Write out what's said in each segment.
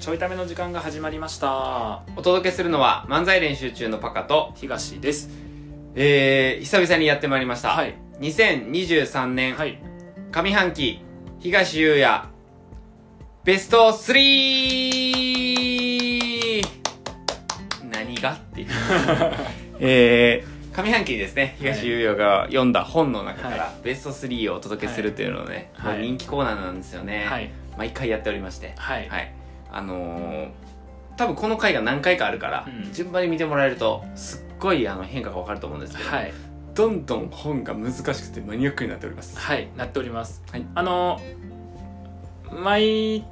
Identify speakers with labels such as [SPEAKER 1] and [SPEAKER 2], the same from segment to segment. [SPEAKER 1] ちょいための時間が始まりました
[SPEAKER 2] お届けするのは漫才練習中のパカと、
[SPEAKER 1] 東です
[SPEAKER 2] えー、久々にやってまいりました。
[SPEAKER 1] はい
[SPEAKER 2] 2023年、
[SPEAKER 1] はい
[SPEAKER 2] 上半期、東優也、ベスト 3! 何が っていう。えー、上半期にですね、東優也が読んだ本の中から、
[SPEAKER 1] は
[SPEAKER 2] ベスト3をお届けするというのをね、
[SPEAKER 1] はい
[SPEAKER 2] もう人気コーナーなんですよね。
[SPEAKER 1] はい
[SPEAKER 2] 毎回やっておりまして。
[SPEAKER 1] はい
[SPEAKER 2] はい、あのー多分この回が何回かあるから、
[SPEAKER 1] うん
[SPEAKER 2] 順番に見てもらえるとすっごいあの変化がわかると思うんですけど、
[SPEAKER 1] はい
[SPEAKER 2] どんどん本が難しくてマニアックになっております
[SPEAKER 1] はいなっております、
[SPEAKER 2] はい
[SPEAKER 1] あの毎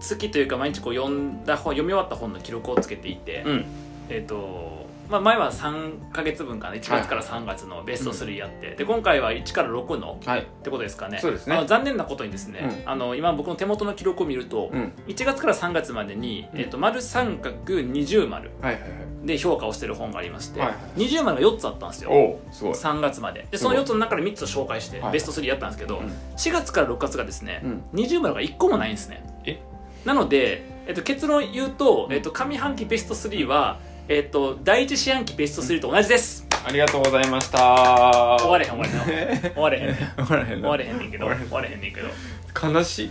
[SPEAKER 1] 月というか毎日こう読んだ本読み終わった本の記録をつけていて、
[SPEAKER 2] うん
[SPEAKER 1] えっ、とまあ、前は3か月分かな1月から3月のベスト3やって、で今回は1から6の
[SPEAKER 2] はい
[SPEAKER 1] ってことですかね
[SPEAKER 2] そうですね
[SPEAKER 1] あの残念なことにですね、あの今僕の手元の記録を見ると、
[SPEAKER 2] うん
[SPEAKER 1] 1月から3月までに、えっと丸三角二重丸
[SPEAKER 2] はいはいはい
[SPEAKER 1] で評価をしてる本がありまして、
[SPEAKER 2] はいはい
[SPEAKER 1] 二重丸が4つあったんですよ
[SPEAKER 2] おおすごい
[SPEAKER 1] 3月までですそ
[SPEAKER 2] ごい
[SPEAKER 1] の4つの中で3つを紹介して
[SPEAKER 2] はい
[SPEAKER 1] ベスト3やったんですけど、
[SPEAKER 2] うん
[SPEAKER 1] 4月から6月がですね、
[SPEAKER 2] うん
[SPEAKER 1] 二重丸が1個もないんですね
[SPEAKER 2] え
[SPEAKER 1] なので、えっと、結論言うと、
[SPEAKER 2] うん
[SPEAKER 1] えっと、上半期ベスト3は、えっと、第一四半期ベスト3と同じです、
[SPEAKER 2] ありがとうございました終
[SPEAKER 1] 終われへん終われ へん終われへん
[SPEAKER 2] 終われへん
[SPEAKER 1] 終われへんねんけど
[SPEAKER 2] 終われへ
[SPEAKER 1] 終われへんねんけど
[SPEAKER 2] ん悲しい、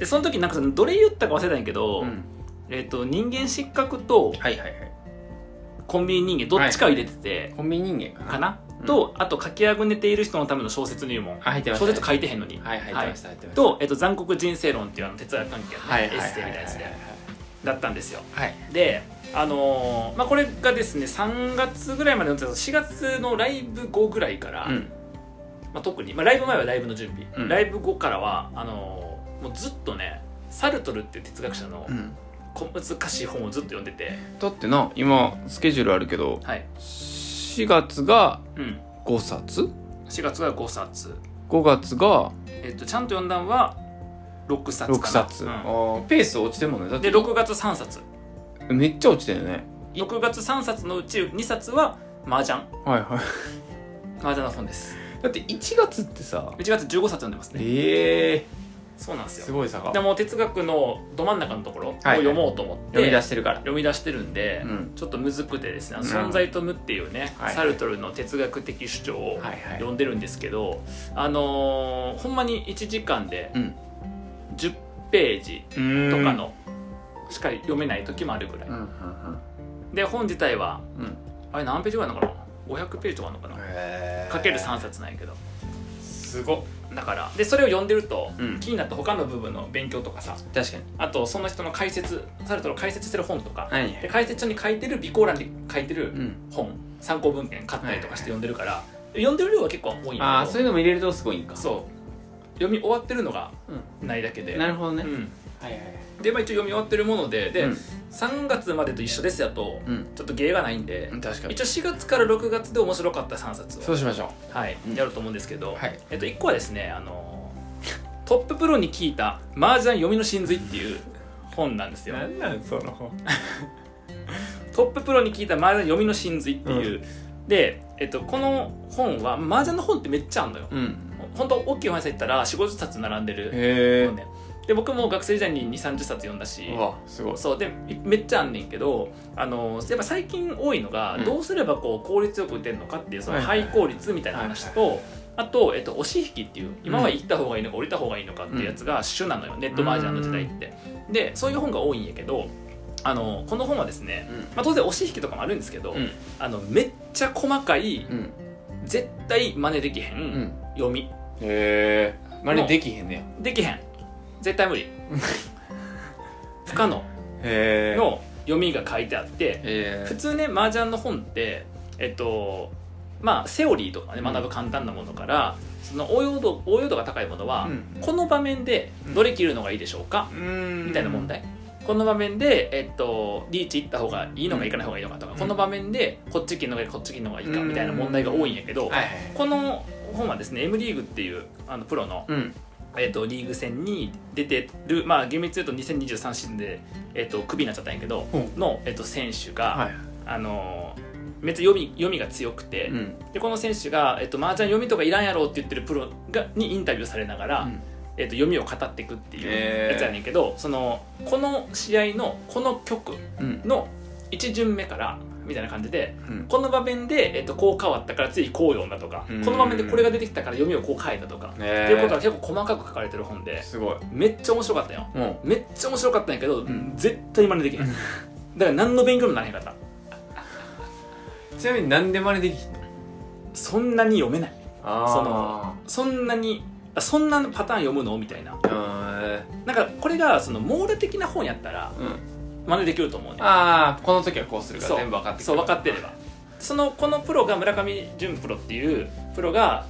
[SPEAKER 1] でその時なんかそのどれ言ったか忘れたんやけど、
[SPEAKER 2] うん
[SPEAKER 1] えっと人間失格と
[SPEAKER 2] はいはいはい
[SPEAKER 1] コンビニ人間どっちかを入れてて、
[SPEAKER 2] コンビニ人間かな
[SPEAKER 1] かな、
[SPEAKER 2] うん
[SPEAKER 1] とあと書きあぐねている人のための小説入門
[SPEAKER 2] あ入ってました
[SPEAKER 1] 小説書いてへんのに、
[SPEAKER 2] はいはい入ってました、入ってました
[SPEAKER 1] と、えっと、残酷人生論っていうあの哲学関係のね、
[SPEAKER 2] はいはい
[SPEAKER 1] エ
[SPEAKER 2] は
[SPEAKER 1] ッ
[SPEAKER 2] い
[SPEAKER 1] セイみたいなやつで
[SPEAKER 2] はい
[SPEAKER 1] だったんですよ
[SPEAKER 2] はい
[SPEAKER 1] であのーまあ、これがですね3月ぐらいまで読んでたんですけど4月のライブ後ぐらいから、
[SPEAKER 2] はいうん
[SPEAKER 1] まあ、特に、まあ、ライブ前はライブの準備、
[SPEAKER 2] うん
[SPEAKER 1] ライブ後からはあのーもうずっとねサルトルっていう哲学者の
[SPEAKER 2] うん
[SPEAKER 1] 小難しい本をずっと読んでて、
[SPEAKER 2] だってな今スケジュールあるけど
[SPEAKER 1] はい
[SPEAKER 2] 4月が
[SPEAKER 1] うん、
[SPEAKER 2] 5冊
[SPEAKER 1] 4月が5冊、
[SPEAKER 2] 5月が
[SPEAKER 1] えっと、ちゃんと読んだんは6冊かな
[SPEAKER 2] 6冊、
[SPEAKER 1] うん
[SPEAKER 2] あーペース落ちてんもんねだって
[SPEAKER 1] で6月3冊
[SPEAKER 2] めっちゃ落ちてるよね
[SPEAKER 1] 6月3冊のうち2冊は麻雀
[SPEAKER 2] はいはい
[SPEAKER 1] 麻雀の本です
[SPEAKER 2] だって1月ってさ
[SPEAKER 1] 1月15冊読んでますね
[SPEAKER 2] ええ
[SPEAKER 1] そうなんです
[SPEAKER 2] ー、
[SPEAKER 1] よ
[SPEAKER 2] すごい差が
[SPEAKER 1] でも哲学のど真ん中のところを
[SPEAKER 2] はい
[SPEAKER 1] 読もうと思って、
[SPEAKER 2] 読み出してるから
[SPEAKER 1] 読み出してるんで、
[SPEAKER 2] うん
[SPEAKER 1] ちょっとむずくてですね「
[SPEAKER 2] うん
[SPEAKER 1] 存在と無」っていうね、
[SPEAKER 2] はい
[SPEAKER 1] サルトルの哲学的主張を
[SPEAKER 2] はいはい
[SPEAKER 1] 読んでるんですけど、あのーほんまに1時間で
[SPEAKER 2] うん
[SPEAKER 1] 10ページと
[SPEAKER 2] と
[SPEAKER 1] かのしか読めない時もあるぐらい、
[SPEAKER 2] うんうんうん
[SPEAKER 1] で本自体は
[SPEAKER 2] うん
[SPEAKER 1] あれ何ページぐらいなのかな500ページとかあるのかな、
[SPEAKER 2] へー
[SPEAKER 1] かける3冊なんやけど
[SPEAKER 2] すごっ
[SPEAKER 1] だからでそれを読んでると、
[SPEAKER 2] うん
[SPEAKER 1] 気になった他の部分の勉強とかさ
[SPEAKER 2] 確かに
[SPEAKER 1] あとその人の解説サルトルの解説してる本とか、
[SPEAKER 2] はいは
[SPEAKER 1] で
[SPEAKER 2] い
[SPEAKER 1] 解説書に書いてる備考欄に書いてる
[SPEAKER 2] うん
[SPEAKER 1] 本、参考文献買ったりとかして読んでるから、読んでる量は結構多いん
[SPEAKER 2] あ
[SPEAKER 1] だ
[SPEAKER 2] あ
[SPEAKER 1] け
[SPEAKER 2] そう
[SPEAKER 1] ど
[SPEAKER 2] いうのも入れるとすごいんか
[SPEAKER 1] そう読み終わってるのが
[SPEAKER 2] う
[SPEAKER 1] ないだけで
[SPEAKER 2] んなるほどね、
[SPEAKER 1] うん
[SPEAKER 2] はいはいはい
[SPEAKER 1] でまあ、一応読み終わってるものでで、
[SPEAKER 2] うん
[SPEAKER 1] 3月までと一緒ですやと、
[SPEAKER 2] うん
[SPEAKER 1] ちょっと芸がないんで、
[SPEAKER 2] 確か
[SPEAKER 1] 一応4月から6月で面白かった3冊を
[SPEAKER 2] そうしましょ
[SPEAKER 1] はい、
[SPEAKER 2] うん
[SPEAKER 1] やると思うんですけど、
[SPEAKER 2] はい
[SPEAKER 1] えっと、1個はですねあの トッププロに聞いた「麻雀読みの真髄」っていう本なんです
[SPEAKER 2] う
[SPEAKER 1] よ
[SPEAKER 2] んなんその
[SPEAKER 1] トッププロに聞いた麻雀読みの真髄っていう、で、えっと、この本は麻雀の本ってめっちゃあんのよ、
[SPEAKER 2] うん
[SPEAKER 1] 本当大きい本屋さん行ったら4 5 0冊並んでる
[SPEAKER 2] へ
[SPEAKER 1] 本ねで僕も学生時代に2 3 0冊読んだし
[SPEAKER 2] えうわすごい
[SPEAKER 1] そうでめっちゃあんねんけどあのやっぱ最近多いのが、
[SPEAKER 2] うん
[SPEAKER 1] どうすればこう効率よく打てるのかっていうその
[SPEAKER 2] はいはい
[SPEAKER 1] 廃効率みたいな話と、あと、えっと、押し引きっていう今は行った方がいいのか降りた方がいいのかっていうやつが主なのよ、ネットマージャンの時代って。でそういう本が多いんやけどあのこの本はですね、まあ、当然押し引きとかもあるんですけど、
[SPEAKER 2] うんうん
[SPEAKER 1] あのめっちゃ細かい
[SPEAKER 2] うん
[SPEAKER 1] 絶対真似できへん、
[SPEAKER 2] うん
[SPEAKER 1] 読み
[SPEAKER 2] へえ真似できへんねや
[SPEAKER 1] できへん絶対無理不可能
[SPEAKER 2] へえ
[SPEAKER 1] の読みが書いてあって、
[SPEAKER 2] え
[SPEAKER 1] 普通ね麻雀の本ってえっとまあセオリーとかね学ぶ簡単なものから、その応用度応用度が高いものは、
[SPEAKER 2] うん
[SPEAKER 1] この場面でどれ切るのがいいでしょうか、
[SPEAKER 2] み
[SPEAKER 1] みたいな問題この場面で、えっと、リーチ行った方がいいのか行かない方がいいのかとか、
[SPEAKER 2] うん
[SPEAKER 1] この場面でこっち切るのがいいこっち切るのがいいか
[SPEAKER 2] うん
[SPEAKER 1] みたいな問題が多いんやけど、
[SPEAKER 2] はいはいはい
[SPEAKER 1] この本はですね M リーグっていうあのプロの
[SPEAKER 2] うん
[SPEAKER 1] えー、とリーグ戦に出てる、まあ、厳密に言うと2023シーズンで、えー、とクビになっちゃったんやけど、
[SPEAKER 2] うん
[SPEAKER 1] の、えー、と選手が、
[SPEAKER 2] はい
[SPEAKER 1] あのーめっちゃ読み読みが強くて、
[SPEAKER 2] うん
[SPEAKER 1] でこの選手が、えーと「麻雀読みとかいらんやろ」って言ってるプロがにインタビューされながら、えー、と読みを語っていくっていうやつやねんけど、そのこの試合のこの曲
[SPEAKER 2] うん
[SPEAKER 1] の1巡目からみたいな感じで
[SPEAKER 2] うん
[SPEAKER 1] この場面で、えっと、こう変わったから次こう読んだとか
[SPEAKER 2] うん
[SPEAKER 1] この場面でこれが出てきたから読みをこう変えたとかっていうことが結構細かく書かれてる本で
[SPEAKER 2] ごい
[SPEAKER 1] めっちゃ面白かったよ
[SPEAKER 2] も
[SPEAKER 1] めっちゃ面白かったんやけど、
[SPEAKER 2] ん
[SPEAKER 1] 絶対真似できへん
[SPEAKER 2] う
[SPEAKER 1] だ
[SPEAKER 2] ん
[SPEAKER 1] から何の勉強にもならへんかった
[SPEAKER 2] うちなみになんで真似できひんの
[SPEAKER 1] そんなに読めない
[SPEAKER 2] あ
[SPEAKER 1] そのそんなにあそんなパターン読むのみたいな
[SPEAKER 2] その
[SPEAKER 1] なんかこれがその網羅的な本やったら
[SPEAKER 2] うん
[SPEAKER 1] 真似できると思うね
[SPEAKER 2] ああこの時はこうするから
[SPEAKER 1] そう
[SPEAKER 2] 全部分かってくる
[SPEAKER 1] そう分かってればそのこのプロが村上純プロっていうプロが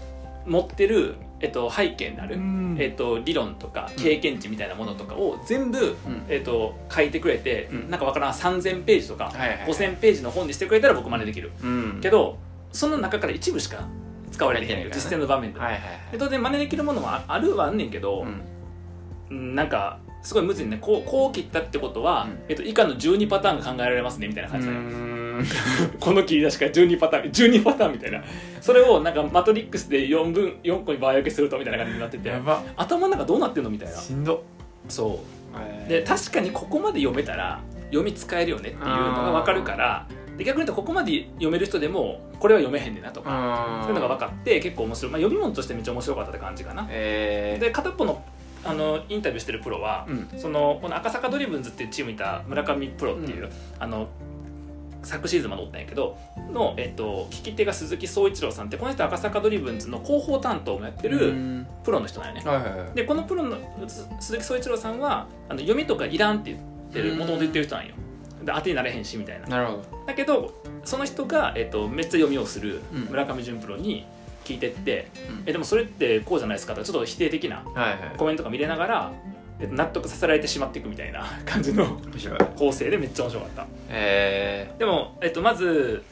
[SPEAKER 1] 持ってる、えっと、背景になる、
[SPEAKER 2] うん
[SPEAKER 1] えっと、理論とか経験値みたいなものとかを全部、
[SPEAKER 2] うん
[SPEAKER 1] えっと、書いてくれて、
[SPEAKER 2] うん
[SPEAKER 1] なんかわからん3000ページとか
[SPEAKER 2] はいはいはい
[SPEAKER 1] 5000ページの本にしてくれたら僕真似できる
[SPEAKER 2] うん
[SPEAKER 1] けどその中から一部しか使われて
[SPEAKER 2] は
[SPEAKER 1] ないい
[SPEAKER 2] はいはい
[SPEAKER 1] 実践の場面で、
[SPEAKER 2] はいはいはい
[SPEAKER 1] で当然真似できるものもああるはあんねんけど、
[SPEAKER 2] うん
[SPEAKER 1] うんなんかすごい無理ねこうこう切ったってことは、
[SPEAKER 2] うん
[SPEAKER 1] えっと、以下の12パターンが考えられますねみたいな感じだよ、
[SPEAKER 2] うーん
[SPEAKER 1] この切り出しから12パターン12パターンみたいなそれをなんかマトリックスで4分4個に倍分けするとみたいな感じになってて
[SPEAKER 2] やば
[SPEAKER 1] 頭の中どうなってんのみたいな
[SPEAKER 2] しんど
[SPEAKER 1] そう
[SPEAKER 2] えー
[SPEAKER 1] で確かにここまで読めたら読み使えるよねっていうのが分かるからで逆に言うとここまで読める人でもこれは読めへんねんなと
[SPEAKER 2] う
[SPEAKER 1] か
[SPEAKER 2] ーん
[SPEAKER 1] そういうのが分かって結構面白い、まあ、読み物としてめっちゃ面白かったって感じかな
[SPEAKER 2] えー
[SPEAKER 1] で片っぽのあのインタビューしてるプロは、
[SPEAKER 2] うん
[SPEAKER 1] そのこの赤坂ドリブンズっていうチームにいた村上プロっていう、
[SPEAKER 2] う
[SPEAKER 1] あの昨シーズンまでおったんやけどの、えっと聞き手が鈴木総一郎さんってこの人赤坂ドリブンズの広報担当もやって
[SPEAKER 2] う
[SPEAKER 1] る
[SPEAKER 2] ん
[SPEAKER 1] プロの人なんやね、
[SPEAKER 2] はいはいはい
[SPEAKER 1] でこのプロのす鈴木総一郎さんはあの読みとかいらんって言ってる
[SPEAKER 2] うん
[SPEAKER 1] もともと言ってる人なんよで当てになれへんしみたいな
[SPEAKER 2] なるほど
[SPEAKER 1] だけどその人が、えっとめっちゃ読みをする
[SPEAKER 2] うん
[SPEAKER 1] 村上淳プロに聞いてって、
[SPEAKER 2] うん
[SPEAKER 1] えでもそれってこうじゃないですかとかちょっと否定的な
[SPEAKER 2] はいはい
[SPEAKER 1] コメントが見れながらえっと納得させられてしまっていくみたいな 感じの
[SPEAKER 2] 面白い
[SPEAKER 1] 構成でめっちゃ面白かった
[SPEAKER 2] え
[SPEAKER 1] でも、えっと、まず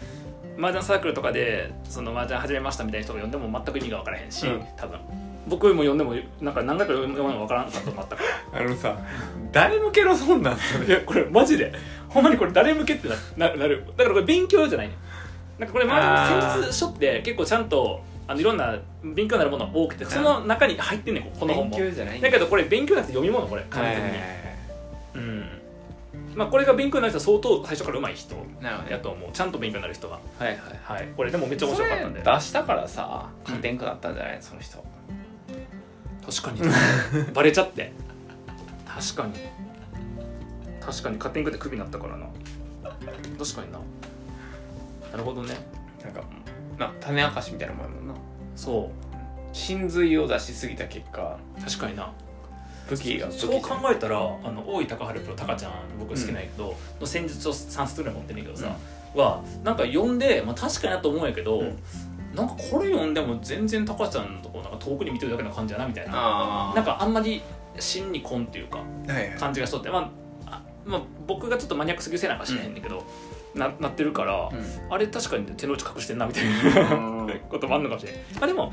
[SPEAKER 1] 麻雀サークルとかでその麻雀始めましたみたいな人が呼んでも全く意味が分からへんし、
[SPEAKER 2] うん
[SPEAKER 1] 多分僕も呼んでもなんか何回か読むのも分からんかったと全く
[SPEAKER 2] ーあのさ誰向けの本なんそ
[SPEAKER 1] い
[SPEAKER 2] れ
[SPEAKER 1] やこれマジでほんまにこれ誰向けってなななるだからこれ勉強じゃないねなんかこれ周り
[SPEAKER 2] あー
[SPEAKER 1] の戦術書って結構ちゃんとあのいろんな勉強になるものが多くてその中に入ってんねんこの本
[SPEAKER 2] 勉
[SPEAKER 1] も
[SPEAKER 2] 強じゃないん
[SPEAKER 1] だけどこれ勉強なくて読み物これ完全に、
[SPEAKER 2] はいはいはいはい
[SPEAKER 1] うんまあこれが勉強になる人は相当最初から上手い人
[SPEAKER 2] なるほど
[SPEAKER 1] や
[SPEAKER 2] ね
[SPEAKER 1] と思うちゃんと勉強になる人が
[SPEAKER 2] はいはいは
[SPEAKER 1] は
[SPEAKER 2] い
[SPEAKER 1] いこれでもめっちゃ面白かったんで
[SPEAKER 2] それ出したからさ勝てんくなったんじゃないその人
[SPEAKER 1] 確かに バレちゃって確かに確かに勝手に食ってクビになったからな確かにななるほどね
[SPEAKER 2] なんかな種明かしみたいなもんやもんな
[SPEAKER 1] そ
[SPEAKER 2] 真髄を出しすぎた結果
[SPEAKER 1] う確かにな
[SPEAKER 2] 武器が武器
[SPEAKER 1] そう考えたらあの大井高春プロタカちゃん僕好きなんやけど、の戦術を3冊ぐらい持ってんねんけどさ、はなんか読んで、まあ、確かになと思うんやけど、
[SPEAKER 2] うん
[SPEAKER 1] なんかこれ読んでも全然タカちゃんのとこなんか遠くに見てるだけな感じやなみたいな
[SPEAKER 2] あ
[SPEAKER 1] なんかあんまり芯にこんっていうか
[SPEAKER 2] はいはい
[SPEAKER 1] 感じがしとって、まああまあ、僕がちょっとマニアックすぎるせいなんかしれへんねんけど、ななってるから、あれ確かに手の内隠してんなみたいな。
[SPEAKER 2] うん
[SPEAKER 1] こともあるのかもしれない、まあ、でも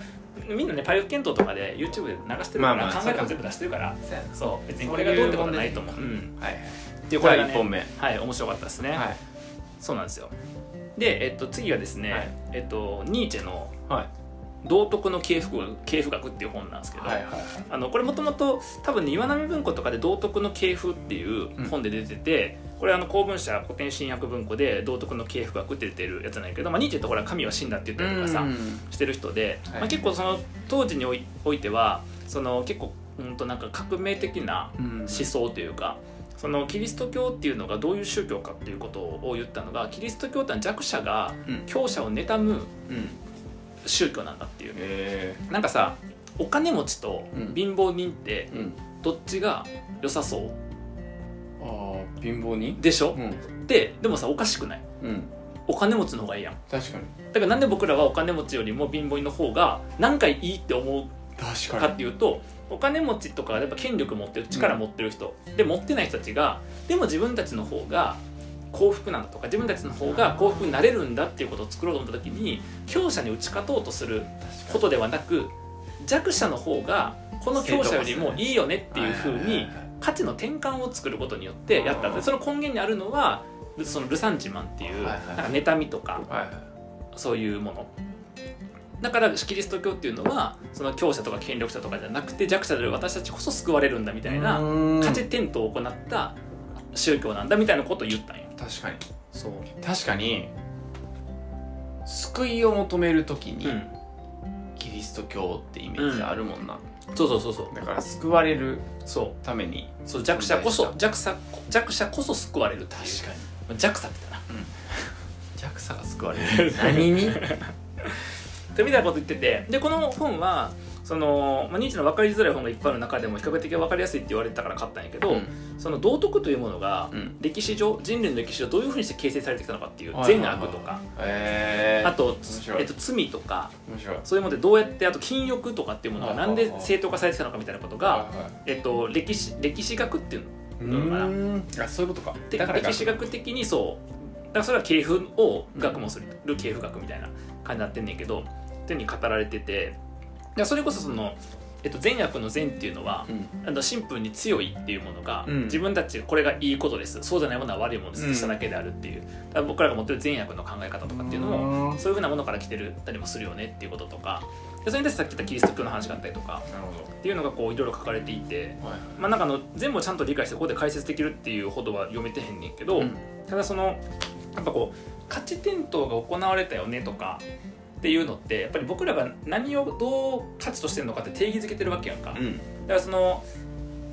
[SPEAKER 1] みんなねパイオ検討とかで YouTube で流してるから、
[SPEAKER 2] まあまあ
[SPEAKER 1] 考え方も全部出してるから
[SPEAKER 2] そうやな
[SPEAKER 1] そう別にこれがどうってことはないと思ううん
[SPEAKER 2] はいはい
[SPEAKER 1] っていう
[SPEAKER 2] こ
[SPEAKER 1] こ
[SPEAKER 2] れ
[SPEAKER 1] れ
[SPEAKER 2] が
[SPEAKER 1] が、
[SPEAKER 2] 1
[SPEAKER 1] ね、
[SPEAKER 2] 本目はい
[SPEAKER 1] はい面白かったですね、そうなんですよで、えっと、次はですね、
[SPEAKER 2] はい
[SPEAKER 1] えっと、ニーチェの
[SPEAKER 2] はい
[SPEAKER 1] 「道徳の経復学経復学」っていう本なんですけど、
[SPEAKER 2] はいはい
[SPEAKER 1] あのこれもともと多分ね岩波文庫とかで「道徳の系譜」っていう本で出てて、これあの公文社古典新約文庫で「道徳の系譜学」って出てるやつなんやけど、まあ、ニーチェってほら神は死んだって言ったりとかさ、してる人で、
[SPEAKER 2] はい
[SPEAKER 1] まあ、結構その当時においおいてはその結構うんとなんか革命的な
[SPEAKER 2] 思
[SPEAKER 1] 思想というか、そのキリスト教っていうのがどういう宗教かっていうことを言ったのがキリスト教ってのは弱者が
[SPEAKER 2] うん
[SPEAKER 1] 強者を妬む
[SPEAKER 2] うん
[SPEAKER 1] 宗教なんだっていう、
[SPEAKER 2] え
[SPEAKER 1] なんかさお金持ちと
[SPEAKER 2] うん
[SPEAKER 1] 貧乏人って
[SPEAKER 2] えうん
[SPEAKER 1] どっちが良さそう
[SPEAKER 2] ああ貧乏に
[SPEAKER 1] でしょ、
[SPEAKER 2] ん
[SPEAKER 1] ででもさおかしくない
[SPEAKER 2] うん
[SPEAKER 1] お金持ちの方がいいやん
[SPEAKER 2] 確かに
[SPEAKER 1] だからなんで僕らはお金持ちよりも貧乏人の方が何回いいって思う
[SPEAKER 2] 確
[SPEAKER 1] かっていうとお金持ちとかやっぱ権力持ってる力持ってる人、で持ってない人たちがでも自分たちの方が幸福なんだとか自分たちの方が幸福になれるんだっていうことを作ろうと思った時に強者に打ち勝とうとする
[SPEAKER 2] 確か
[SPEAKER 1] こ
[SPEAKER 2] に
[SPEAKER 1] とではなく弱者の方がこの強者よりもいいよねっていうふうに価値の転換を作ることによってやったんで
[SPEAKER 2] うん
[SPEAKER 1] すその根源にあるのはそのルサンチマンっていうな
[SPEAKER 2] は
[SPEAKER 1] いん
[SPEAKER 2] はい
[SPEAKER 1] か妬みとか
[SPEAKER 2] はいはい
[SPEAKER 1] そういうものだからキリスト教っていうのはその強者とか権力者とかじゃなくて弱者である私たちこそ救われるんだみたいな勝ち転倒を行った宗教なんだみたいなことを言ったんよ
[SPEAKER 2] 確かに
[SPEAKER 1] そう、
[SPEAKER 2] 確かに救いを求めるときに、
[SPEAKER 1] うん、
[SPEAKER 2] キリスト教ってイメージあるもんな、
[SPEAKER 1] そうそうそうそう
[SPEAKER 2] だから救われる
[SPEAKER 1] そう
[SPEAKER 2] ために
[SPEAKER 1] そう弱者こそ
[SPEAKER 2] 存
[SPEAKER 1] 弱者弱者こそ救われるっていう
[SPEAKER 2] かに
[SPEAKER 1] まあ弱者って言ったな
[SPEAKER 2] 弱さが救われ る何
[SPEAKER 1] っ
[SPEAKER 2] に
[SPEAKER 1] てみたいなこと言っててでこの本はその、まあ、ニーチェの分かりづらい本がいっぱいある中でも比較的分かりやすいって言われてたから買ったんやけど、その道徳というものが
[SPEAKER 2] うん
[SPEAKER 1] 歴史上人類の歴史上どういうふうにして形成されてきたのかっていう
[SPEAKER 2] はいはい
[SPEAKER 1] 善
[SPEAKER 2] はい
[SPEAKER 1] 悪とか
[SPEAKER 2] えー、
[SPEAKER 1] あと,、
[SPEAKER 2] 白い
[SPEAKER 1] えっと罪とか
[SPEAKER 2] 面白い
[SPEAKER 1] そういうものでどうやってあと禁欲とかっていうものが
[SPEAKER 2] はいは
[SPEAKER 1] ないん
[SPEAKER 2] はい
[SPEAKER 1] で正当化されてきたのかみたいなことが、
[SPEAKER 2] は
[SPEAKER 1] えっと、歴史歴史学っていうの
[SPEAKER 2] い
[SPEAKER 1] どうかな
[SPEAKER 2] あそういうことか
[SPEAKER 1] で
[SPEAKER 2] だから
[SPEAKER 1] 歴史学的にそうだからそれは系譜を学問する、系譜学みたいな感じになってんねんけどっていうふうに語られててでそれこそその、えっと、善悪の善っていうのは
[SPEAKER 2] う、ん
[SPEAKER 1] あのシンプルに強いっていうものが、
[SPEAKER 2] うん
[SPEAKER 1] 自分たちこれがいいことですそうじゃないものは悪いものです、
[SPEAKER 2] うん
[SPEAKER 1] しただけであるっていうだから僕らが持ってる善悪の考え方とかっていうのも
[SPEAKER 2] も
[SPEAKER 1] そういうふうなものから来てるたりもするよねっていうこととかでそれに対してさっき言ったキリスト教の話があったりとか
[SPEAKER 2] なるほ
[SPEAKER 1] っていうのがこういろいろ書かれていて。
[SPEAKER 2] どはい
[SPEAKER 1] まあ、なんかあの全部をちゃんと理解してここで解説できるっていうほどは読めてへんねんけど、
[SPEAKER 2] うん
[SPEAKER 1] ただそのやっぱこう価値転倒が行われたよねとかっていうのってやっぱり僕らが何をどう価値としてるのかって定義づけてるわけやんか、だからその、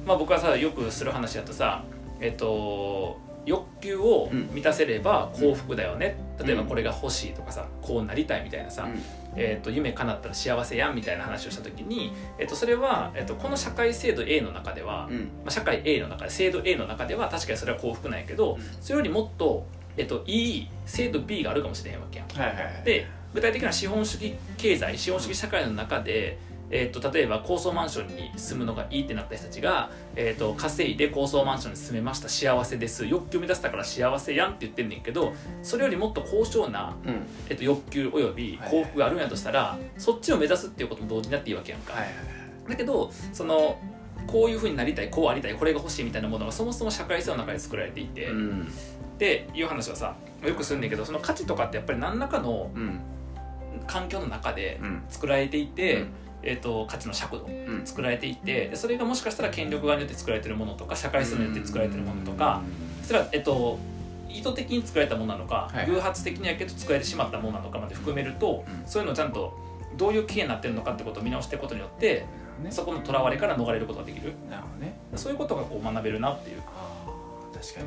[SPEAKER 1] まあ、僕はさよくする話だとさえっと欲求を満たせれば幸福だよね、
[SPEAKER 2] うん
[SPEAKER 1] 例えばこれが欲しいとかさこうなりたいみたいなさ、えっと夢叶ったら幸せやんみたいな話をした時に、えっとそれは、えっとこの社会制度 A の中では、
[SPEAKER 2] うんうん
[SPEAKER 1] まあ、社会 A の中で制度 A の中では確かにそれは幸福なんやけど、
[SPEAKER 2] うん
[SPEAKER 1] それよりもっと、えっと、いい制度 B があるかもしれへんわけやん。
[SPEAKER 2] はいはいはい
[SPEAKER 1] で具体的な資本主義経済資本主義社会の中で、えっと例えば高層マンションに住むのがいいってなった人たちが、えっと稼いで高層マンションに住めました幸せです欲求を満たせたから幸せやんって言ってんねんけどそれよりもっと高尚な、
[SPEAKER 2] うん
[SPEAKER 1] えっと欲求および幸福があるんやとしたら、そっちを目指すっていうことも同時になっていいわけやんか。
[SPEAKER 2] はいはい
[SPEAKER 1] だけどそのこういうふうになりたいこうありたいこれが欲しいみたいなものがそもそも社会性の中で作られていて、
[SPEAKER 2] はいん
[SPEAKER 1] っていう話はさよくするんだけどその価値とかってやっぱり何らかの
[SPEAKER 2] うん
[SPEAKER 1] 環境の中で
[SPEAKER 2] うん
[SPEAKER 1] 作られていて、
[SPEAKER 2] うん
[SPEAKER 1] えー、と価値の尺度
[SPEAKER 2] うん
[SPEAKER 1] 作られていてでそれがもしかしたら権力側によって作られてるものとか社会性によって作られてるものとか、それは、えっと意図的に作られたものなのか、
[SPEAKER 2] はい
[SPEAKER 1] 偶発的にやけど作られてしまったものなのかまで含めると、
[SPEAKER 2] うん
[SPEAKER 1] そういうのをちゃんとどういう経営になってるのかってことを見直していくことによって
[SPEAKER 2] ね
[SPEAKER 1] そこのとらわれから逃れることができる
[SPEAKER 2] なるほどね
[SPEAKER 1] そういうことがこう学べるなっていう
[SPEAKER 2] あー確かに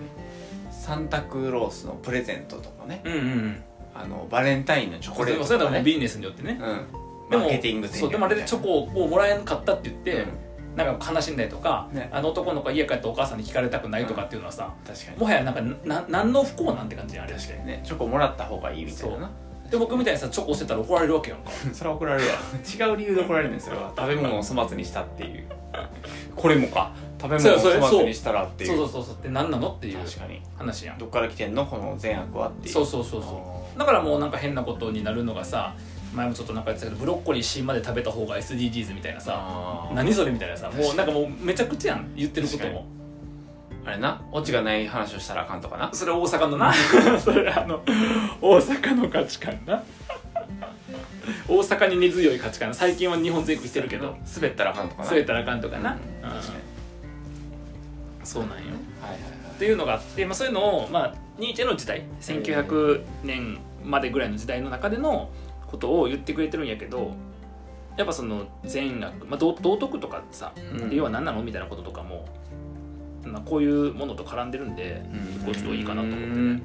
[SPEAKER 2] サンタクロースのプレゼントとかね
[SPEAKER 1] うんうん
[SPEAKER 2] あのバレンタインのチョコ
[SPEAKER 1] こ
[SPEAKER 2] レ
[SPEAKER 1] れ
[SPEAKER 2] ー
[SPEAKER 1] も
[SPEAKER 2] ト
[SPEAKER 1] それ
[SPEAKER 2] と
[SPEAKER 1] だ
[SPEAKER 2] か
[SPEAKER 1] もう
[SPEAKER 2] ね
[SPEAKER 1] ビジネスによってね
[SPEAKER 2] うん
[SPEAKER 1] でも
[SPEAKER 2] マーケティング戦
[SPEAKER 1] そう
[SPEAKER 2] 略
[SPEAKER 1] でもあれでチョコをもらえなかったって言って、
[SPEAKER 2] うん
[SPEAKER 1] なんか悲しんだりとか、
[SPEAKER 2] ね
[SPEAKER 1] あの男の子が家帰ってお母さんに聞かれたくないとかっていうのはさ、
[SPEAKER 2] 確かに
[SPEAKER 1] もはやなんかな何の不幸なんて感じあれ
[SPEAKER 2] 確かにねチョコもらった方がいいみたいなな
[SPEAKER 1] で僕みたいにさチョコしてたら怒られるわけやんか
[SPEAKER 2] それは怒られるわ違う理由で怒られるんですよ食べ物を粗末にしたっていうこれもか食べ物を
[SPEAKER 1] そうそう
[SPEAKER 2] 粗末にしたらっていう
[SPEAKER 1] そうそうそうそうって何なのっていう
[SPEAKER 2] 確かに
[SPEAKER 1] 話やん
[SPEAKER 2] どっから来てんのこの善悪はっていう
[SPEAKER 1] そうそうそうそうだからもうなんか変なことになるのがさ前もちょっとなんか言ってたけどブロッコリー芯まで食べた方が SDGs みたいなさ
[SPEAKER 2] あー
[SPEAKER 1] 何それみたいなさ
[SPEAKER 2] 確かに
[SPEAKER 1] もうなんかもうめちゃくちゃやん言ってることも
[SPEAKER 2] あれなオチがない話をしたらあかんとかな
[SPEAKER 1] それは大阪のな それはあの大阪の価値観な大阪に根強い価値観最近は日本全国してるけど
[SPEAKER 2] 滑ったらあかんとかな
[SPEAKER 1] 据えたらあかんとかな、
[SPEAKER 2] うん
[SPEAKER 1] うん
[SPEAKER 2] 確か
[SPEAKER 1] そうなんよ
[SPEAKER 2] にはいはいはい
[SPEAKER 1] っていうのがあって、まあ、そういうのを、まあ、ニーチェの時代1900年までぐらいの時代の中でのことを言ってくれてるんやけどやっぱその善悪、まあ、道道徳とかさ、
[SPEAKER 2] うん
[SPEAKER 1] 要は何なのみたいなこととかも、まあ、こういうものと絡んでるんで
[SPEAKER 2] うん
[SPEAKER 1] こうちょっといいかなと思って
[SPEAKER 2] う
[SPEAKER 1] ね
[SPEAKER 2] ん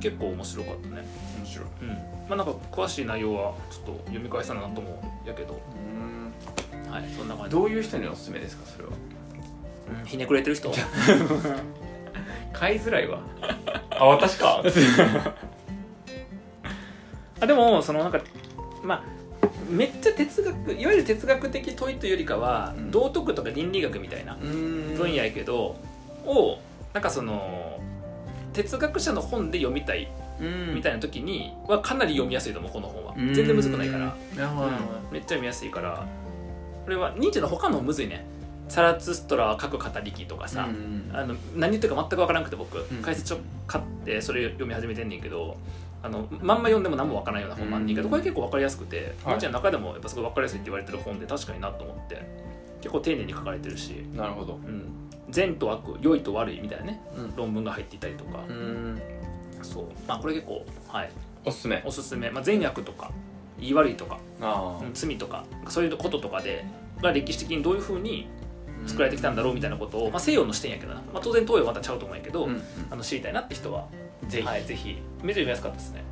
[SPEAKER 1] 結構面白かったね
[SPEAKER 2] 面白い
[SPEAKER 1] うんまあなんか詳しい内容はちょっと読み返さなともやけどはいそんな感じ
[SPEAKER 2] どういう人におすすめですかそれは
[SPEAKER 1] うんひねくれてる人
[SPEAKER 2] 買いづらいわあ私 か
[SPEAKER 1] あでもそのなんかまあめっちゃ哲学いわゆる哲学的問いというよりかは、
[SPEAKER 2] うん
[SPEAKER 1] 道徳とか倫理学みたいな
[SPEAKER 2] 分
[SPEAKER 1] 分野やけど、をなんかその哲学者の本で読みたいみた
[SPEAKER 2] い
[SPEAKER 1] いな時にはかなり読みやすいと思うこの本は全然むずくないから、
[SPEAKER 2] なるほ
[SPEAKER 1] う
[SPEAKER 2] ど
[SPEAKER 1] ん
[SPEAKER 2] なるほど
[SPEAKER 1] めっちゃ読みやすいからこれはニーチェの他のもむずいねサラツストラは書く語りきとかさ、
[SPEAKER 2] うん
[SPEAKER 1] あの何言ってるか全く分からなくて僕、
[SPEAKER 2] ん
[SPEAKER 1] 解説書買ってそれ読み始めてんねんけどあのまんま読んでも何もわからないような本なんだけど、
[SPEAKER 2] うん
[SPEAKER 1] これ結構わかりやすくて
[SPEAKER 2] はい
[SPEAKER 1] 文字の中でもやっぱすごいわかりやすいって言われてる本で確かになと思って結構丁寧に書かれてるし、
[SPEAKER 2] なるほど
[SPEAKER 1] うん、善と悪良いと悪いみたいなね
[SPEAKER 2] うん
[SPEAKER 1] 論文が入っていたりとか、
[SPEAKER 2] うん
[SPEAKER 1] そうまあこれ結構、はい、
[SPEAKER 2] おすすめ
[SPEAKER 1] おすすめ、まあ、善悪とか言い悪いとか、
[SPEAKER 2] あ
[SPEAKER 1] うん罪とかそういうこととかでが歴史的にどういうふうに
[SPEAKER 2] ー
[SPEAKER 1] 作られてきたんだろうみたいなことを、まあ、西洋の視点やけどな、まあ、当然東洋はまたちゃうと思うんやけど、
[SPEAKER 2] うんうん
[SPEAKER 1] あの知りたいなって人は
[SPEAKER 2] ぜひ
[SPEAKER 1] はい、ぜひめちゃ読みやすかったですね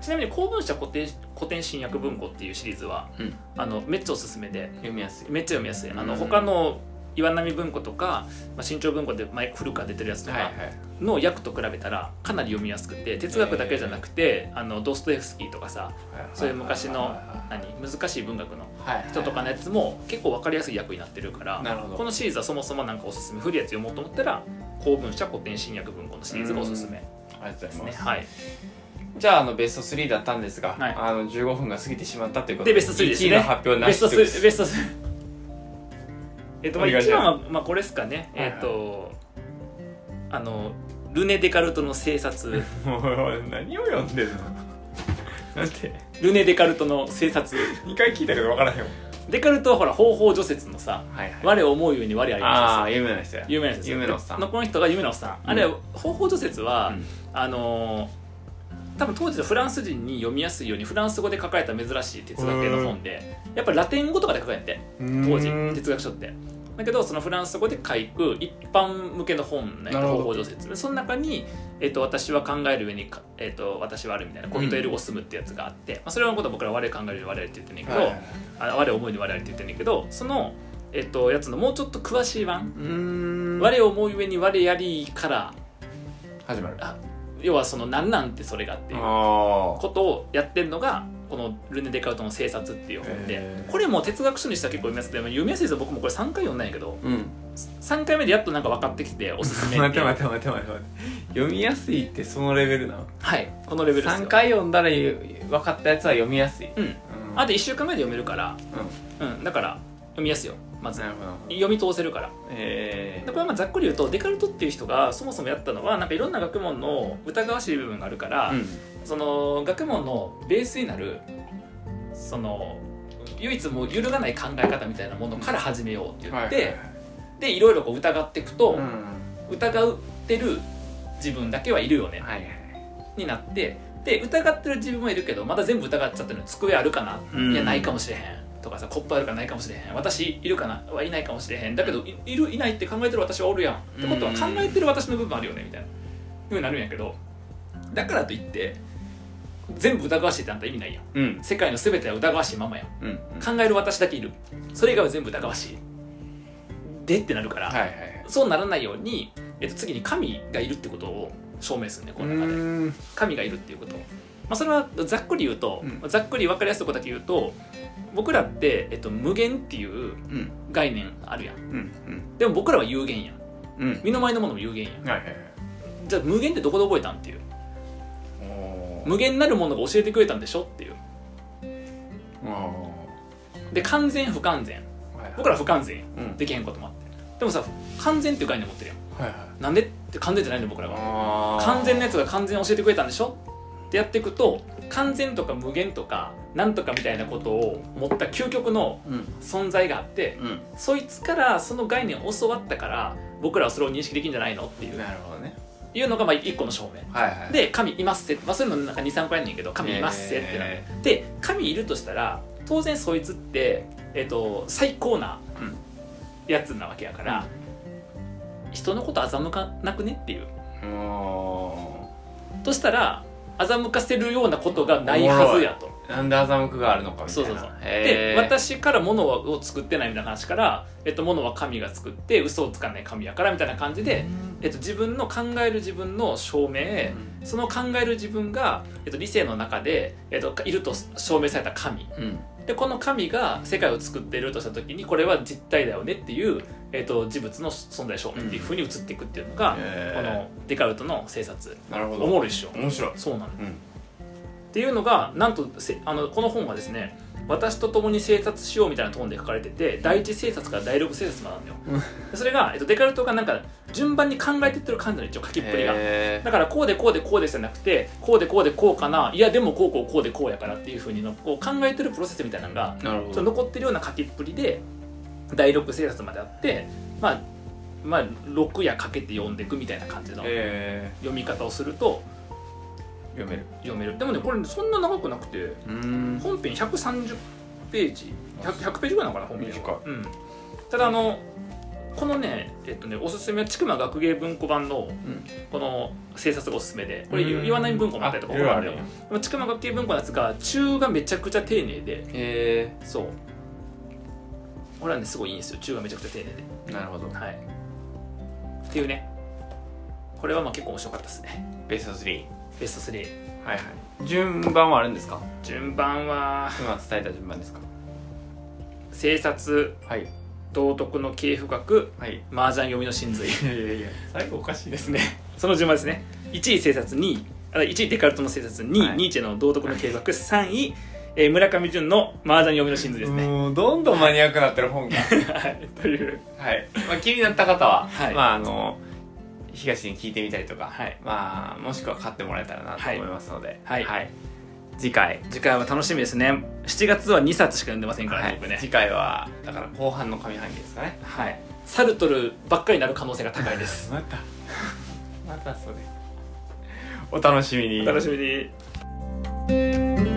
[SPEAKER 1] ちなみに「公文社古典古典新訳文庫」っていうシリーズは
[SPEAKER 2] うん
[SPEAKER 1] あのめっちゃおすすめで
[SPEAKER 2] 読みやすい
[SPEAKER 1] めっちゃ読みやすいあの、
[SPEAKER 2] うん
[SPEAKER 1] 他の岩波文庫とか、まあ、新潮文庫で前古くから出てるやつと
[SPEAKER 2] はいは
[SPEAKER 1] かの訳と比べたらかなり読みやすくて哲学だけじゃなくて、あのドストエフスキーとかさ
[SPEAKER 2] い
[SPEAKER 1] そういう昔の
[SPEAKER 2] は
[SPEAKER 1] 何難しい文学の
[SPEAKER 2] いはいはい
[SPEAKER 1] 人とかのやつも結構分かりやすい訳になってるから
[SPEAKER 2] なるほど
[SPEAKER 1] このシリーズはそもそもなんかおすすめ古いやつ読もうと思ったら公文社古典新訳文庫のシリーズがおすすめで
[SPEAKER 2] ありがとうご
[SPEAKER 1] す
[SPEAKER 2] ざい
[SPEAKER 1] ね、
[SPEAKER 2] ます
[SPEAKER 1] はい
[SPEAKER 2] じゃああのベスト3だったんですが、
[SPEAKER 1] はい
[SPEAKER 2] あの15分が過ぎてしまったということ
[SPEAKER 1] でベスト3ですね
[SPEAKER 2] 1位の発表な
[SPEAKER 1] ベ
[SPEAKER 2] し
[SPEAKER 1] スト
[SPEAKER 2] ということ
[SPEAKER 1] 3ベスト3えっとまあ
[SPEAKER 2] お願いします
[SPEAKER 1] 一番はまあこれですかね
[SPEAKER 2] はいは
[SPEAKER 1] え
[SPEAKER 2] い
[SPEAKER 1] っとあのルネ・デカルトの生殺
[SPEAKER 2] もう何を読んでんのなんて
[SPEAKER 1] ルネ・デカルトの生殺
[SPEAKER 2] 2回聞いたけど分からへんもん
[SPEAKER 1] デカルトはほら方法除雪のさ
[SPEAKER 2] はいはい
[SPEAKER 1] 我を思うように我あり
[SPEAKER 2] あ
[SPEAKER 1] ま
[SPEAKER 2] あ
[SPEAKER 1] し
[SPEAKER 2] 有名な人や
[SPEAKER 1] た有名な人ですよ
[SPEAKER 2] 有名なおっさん
[SPEAKER 1] でこの人が有名なおっさんあれは方法除雪は
[SPEAKER 2] うん
[SPEAKER 1] あのー多分当時のフランス人に読みやすいようにフランス語で書かれた珍しい哲学系の本でやっぱりラテン語とかで書かれて当時
[SPEAKER 2] うーん
[SPEAKER 1] 哲学書ってだけどそのフランス語で書く一般向けの本ね
[SPEAKER 2] なるほど
[SPEAKER 1] 方法常説でその中に、えっと「私は考える上にか、えっと私はある」みたいな「恋人エルゴスム」ってやつがあって、まあ、それのことを僕ら「我を考えるように我々」って言ってんねんけど、
[SPEAKER 2] はいはいはい
[SPEAKER 1] あ我を思いに我々って言ってんねんけどその、えっとやつのもうちょっと詳しい版
[SPEAKER 2] うー
[SPEAKER 1] 「
[SPEAKER 2] ん
[SPEAKER 1] 我を思う上に我やり」から
[SPEAKER 2] 始まる
[SPEAKER 1] あ要はその「何なんてそれが」っていう
[SPEAKER 2] ああ
[SPEAKER 1] ことをやってんのがこのルネ・デカルトの「生殺」っていう本で
[SPEAKER 2] へー
[SPEAKER 1] これも哲学書にしたら結構読みやすくて読みやすいですよ僕もこれ3回読んだんやけど
[SPEAKER 2] うん
[SPEAKER 1] 3回目でやっとなんか分かってき ておすすめっ
[SPEAKER 2] 待
[SPEAKER 1] て
[SPEAKER 2] て
[SPEAKER 1] いう
[SPEAKER 2] 待て待て待て待て読みやすいってそのレベルなの
[SPEAKER 1] はいこのレベルです
[SPEAKER 2] 3
[SPEAKER 1] よ
[SPEAKER 2] 回読んだら分かったやつは読みやすい
[SPEAKER 1] うんあと1週間前で読めるからうんだから読みやすいよま
[SPEAKER 2] うん
[SPEAKER 1] ず
[SPEAKER 2] なるほど
[SPEAKER 1] 読み通せるから
[SPEAKER 2] え
[SPEAKER 1] で
[SPEAKER 2] え
[SPEAKER 1] これはまあざっくり言うとデカルトっていう人がそもそもやったのはなんかいろんな学問の疑わしい部分があるから、その学問のベースになるその唯一もう揺るがない考え方みたいなものから始めようって言って、でいろいろこう疑っていくと、
[SPEAKER 2] うん
[SPEAKER 1] 疑ってる自分だけはいるよね、
[SPEAKER 2] はいはい
[SPEAKER 1] になってで疑ってる自分もいるけどまだ全部疑っちゃってるの机あるかな、
[SPEAKER 2] うん
[SPEAKER 1] いやないかもしれへんとかさコップあるかないかもしれへん私いるかなはいないかもしれへんだけどいいるいないって考えてる私はおるやんってことは
[SPEAKER 2] うん
[SPEAKER 1] 考えてる私の部分あるよねみたいなふうになるんやけどだからといって全部疑わしいってあんた意味ないやん
[SPEAKER 2] うん
[SPEAKER 1] 世界の全ては疑わしいままやん
[SPEAKER 2] うん
[SPEAKER 1] 考える私だけいるそれ以外は全部疑わしいでってなるから、
[SPEAKER 2] はいはい
[SPEAKER 1] そうならないように、えっと、次に神がいるってことを証明するねこの中で。
[SPEAKER 2] ん
[SPEAKER 1] 神がいるっていうこと、まあ、それはざっくり言うと、
[SPEAKER 2] う
[SPEAKER 1] ざっくり分かりやすいとこだけ言うと僕らって、えっと、無限っていう
[SPEAKER 2] うん
[SPEAKER 1] 概念あるやん
[SPEAKER 2] うん
[SPEAKER 1] でも僕らは有限やん
[SPEAKER 2] うんうん
[SPEAKER 1] 身の回りのものも有限やん
[SPEAKER 2] はいはいはい
[SPEAKER 1] じゃあ無限ってどこで覚えたんっていう
[SPEAKER 2] おー
[SPEAKER 1] 無限なるものが教えてくれたんでしょっていう
[SPEAKER 2] お
[SPEAKER 1] で完全不完全
[SPEAKER 2] ーはいはい
[SPEAKER 1] 僕ら不完全やん
[SPEAKER 2] うん
[SPEAKER 1] できへんこともあってでもさ完全っていう概念持ってるやん
[SPEAKER 2] はいはい
[SPEAKER 1] なんでって完全じゃないの僕らは
[SPEAKER 2] あー
[SPEAKER 1] 完全なやつが完全を教えてくれたんでしょってやっていくと完全とか無限とかなんとかみたいなことを持った究極の
[SPEAKER 2] うん
[SPEAKER 1] 存在があって
[SPEAKER 2] う
[SPEAKER 1] そいつからその概念を教わったから僕らはそれを認識できるんじゃないのってい
[SPEAKER 2] ん
[SPEAKER 1] う
[SPEAKER 2] なるほどね
[SPEAKER 1] いうのがまあ一個の証明
[SPEAKER 2] はいはい
[SPEAKER 1] で神いますせ、まあ、そういうのなんか23個やんねんけど神いますせってなる
[SPEAKER 2] え
[SPEAKER 1] で神いるとしたら当然そいつって、えっと最高な
[SPEAKER 2] うん
[SPEAKER 1] やつなわけやから、人のこと欺かなくねっていう
[SPEAKER 2] ーお
[SPEAKER 1] としたら欺かせるようなことがないはずやと
[SPEAKER 2] ーなんで欺くがあるのかみた
[SPEAKER 1] そう
[SPEAKER 2] いな
[SPEAKER 1] そうそう
[SPEAKER 2] へ
[SPEAKER 1] で
[SPEAKER 2] ー
[SPEAKER 1] 私から物を作ってないみたいな話から、えっと、物は神が作って嘘をつかない神やからみたいな感じで、えっと、自分の考える自分の証明その考える自分が、えっと、理性の中で、えっと、いると証明された神
[SPEAKER 2] うん
[SPEAKER 1] でこの神が世界を作っているとした時にこれは実体だよねっていう、えっと、事物の存在証明っていうふうに移っていくっていうのが、
[SPEAKER 2] へー
[SPEAKER 1] このデカルトの生殺
[SPEAKER 2] なるほ
[SPEAKER 1] お
[SPEAKER 2] ど
[SPEAKER 1] もろいっしょ
[SPEAKER 2] 面白い
[SPEAKER 1] そうなの
[SPEAKER 2] うん
[SPEAKER 1] っていうのがなんとせあのこの本はですね私と共に生活しようみたいなトーンで書かれてて第一生殺から第六生殺まであるのよでそれが、えっと、デカルトがなんか順番に考えてってる感じの一応書きっぷりが
[SPEAKER 2] へ
[SPEAKER 1] だからこうでこうでこうでじゃなくてこうでこうでこうかないやでもこうこうこうでこうやからっていうふうにのこう考えてるプロセスみたいなのが
[SPEAKER 2] ーなる
[SPEAKER 1] ちょ
[SPEAKER 2] ほ
[SPEAKER 1] っと
[SPEAKER 2] ど
[SPEAKER 1] 残ってるような書きっぷりで第6生殺まであってまあまあ6やかけて読んでいくみたいな感じの
[SPEAKER 2] え
[SPEAKER 1] 読み方をすると
[SPEAKER 2] ー読める
[SPEAKER 1] 読めるでもねこれねそんな長くなくて
[SPEAKER 2] うーん
[SPEAKER 1] 本編130ページ 100, 100ページぐらいなのかな本編
[SPEAKER 2] 短い
[SPEAKER 1] は、うん、ただあのこのね,、えっと、ねおすすめは千曲学芸文庫版の
[SPEAKER 2] ん
[SPEAKER 1] この制作がおすすめでこれ
[SPEAKER 2] うん
[SPEAKER 1] 言わない文庫もあったりとか
[SPEAKER 2] いろいろ
[SPEAKER 1] あ
[SPEAKER 2] あ
[SPEAKER 1] る
[SPEAKER 2] る
[SPEAKER 1] よ
[SPEAKER 2] んや
[SPEAKER 1] 千曲学芸文庫のやつが中がめちゃくちゃ丁寧で
[SPEAKER 2] へ
[SPEAKER 1] そうこれはねすごいいいんですよ中がめちゃくちゃ丁寧で
[SPEAKER 2] えなるほど
[SPEAKER 1] はいっていうねこれはまあ結構面白かったですね
[SPEAKER 2] ベスト3
[SPEAKER 1] ベスト3
[SPEAKER 2] はいはい順番はあるんですか
[SPEAKER 1] 順番は
[SPEAKER 2] 今伝えた順番ですか
[SPEAKER 1] 制作
[SPEAKER 2] はい
[SPEAKER 1] 道徳の系譜学
[SPEAKER 2] はい
[SPEAKER 1] 麻雀読みの真髄
[SPEAKER 2] いやいやいや最後おかしいですね
[SPEAKER 1] その順番ですね1位制作2位あ1位デカルトの制作2位、
[SPEAKER 2] はい
[SPEAKER 1] ニーチェの道徳の計画3位、えー村上純の麻雀読みの真髄ですね、
[SPEAKER 2] もうどんどんマニアックになってる本 が
[SPEAKER 1] はいという
[SPEAKER 2] はい、まあ、気になった方は、
[SPEAKER 1] はい
[SPEAKER 2] まああの東に聞いてみたりとか、
[SPEAKER 1] はい
[SPEAKER 2] まあもしくは買ってもらえたらなと思いますので、
[SPEAKER 1] はいはい
[SPEAKER 2] 次回
[SPEAKER 1] 次回は楽しみですね7月は2冊しか読んでませんから、
[SPEAKER 2] は
[SPEAKER 1] ね
[SPEAKER 2] い
[SPEAKER 1] 僕ね
[SPEAKER 2] 次回はだから後半の上半期ですかね
[SPEAKER 1] はいサルトルばっかりになる可能性が高いです
[SPEAKER 2] またまたそれお楽しみに
[SPEAKER 1] お楽しみに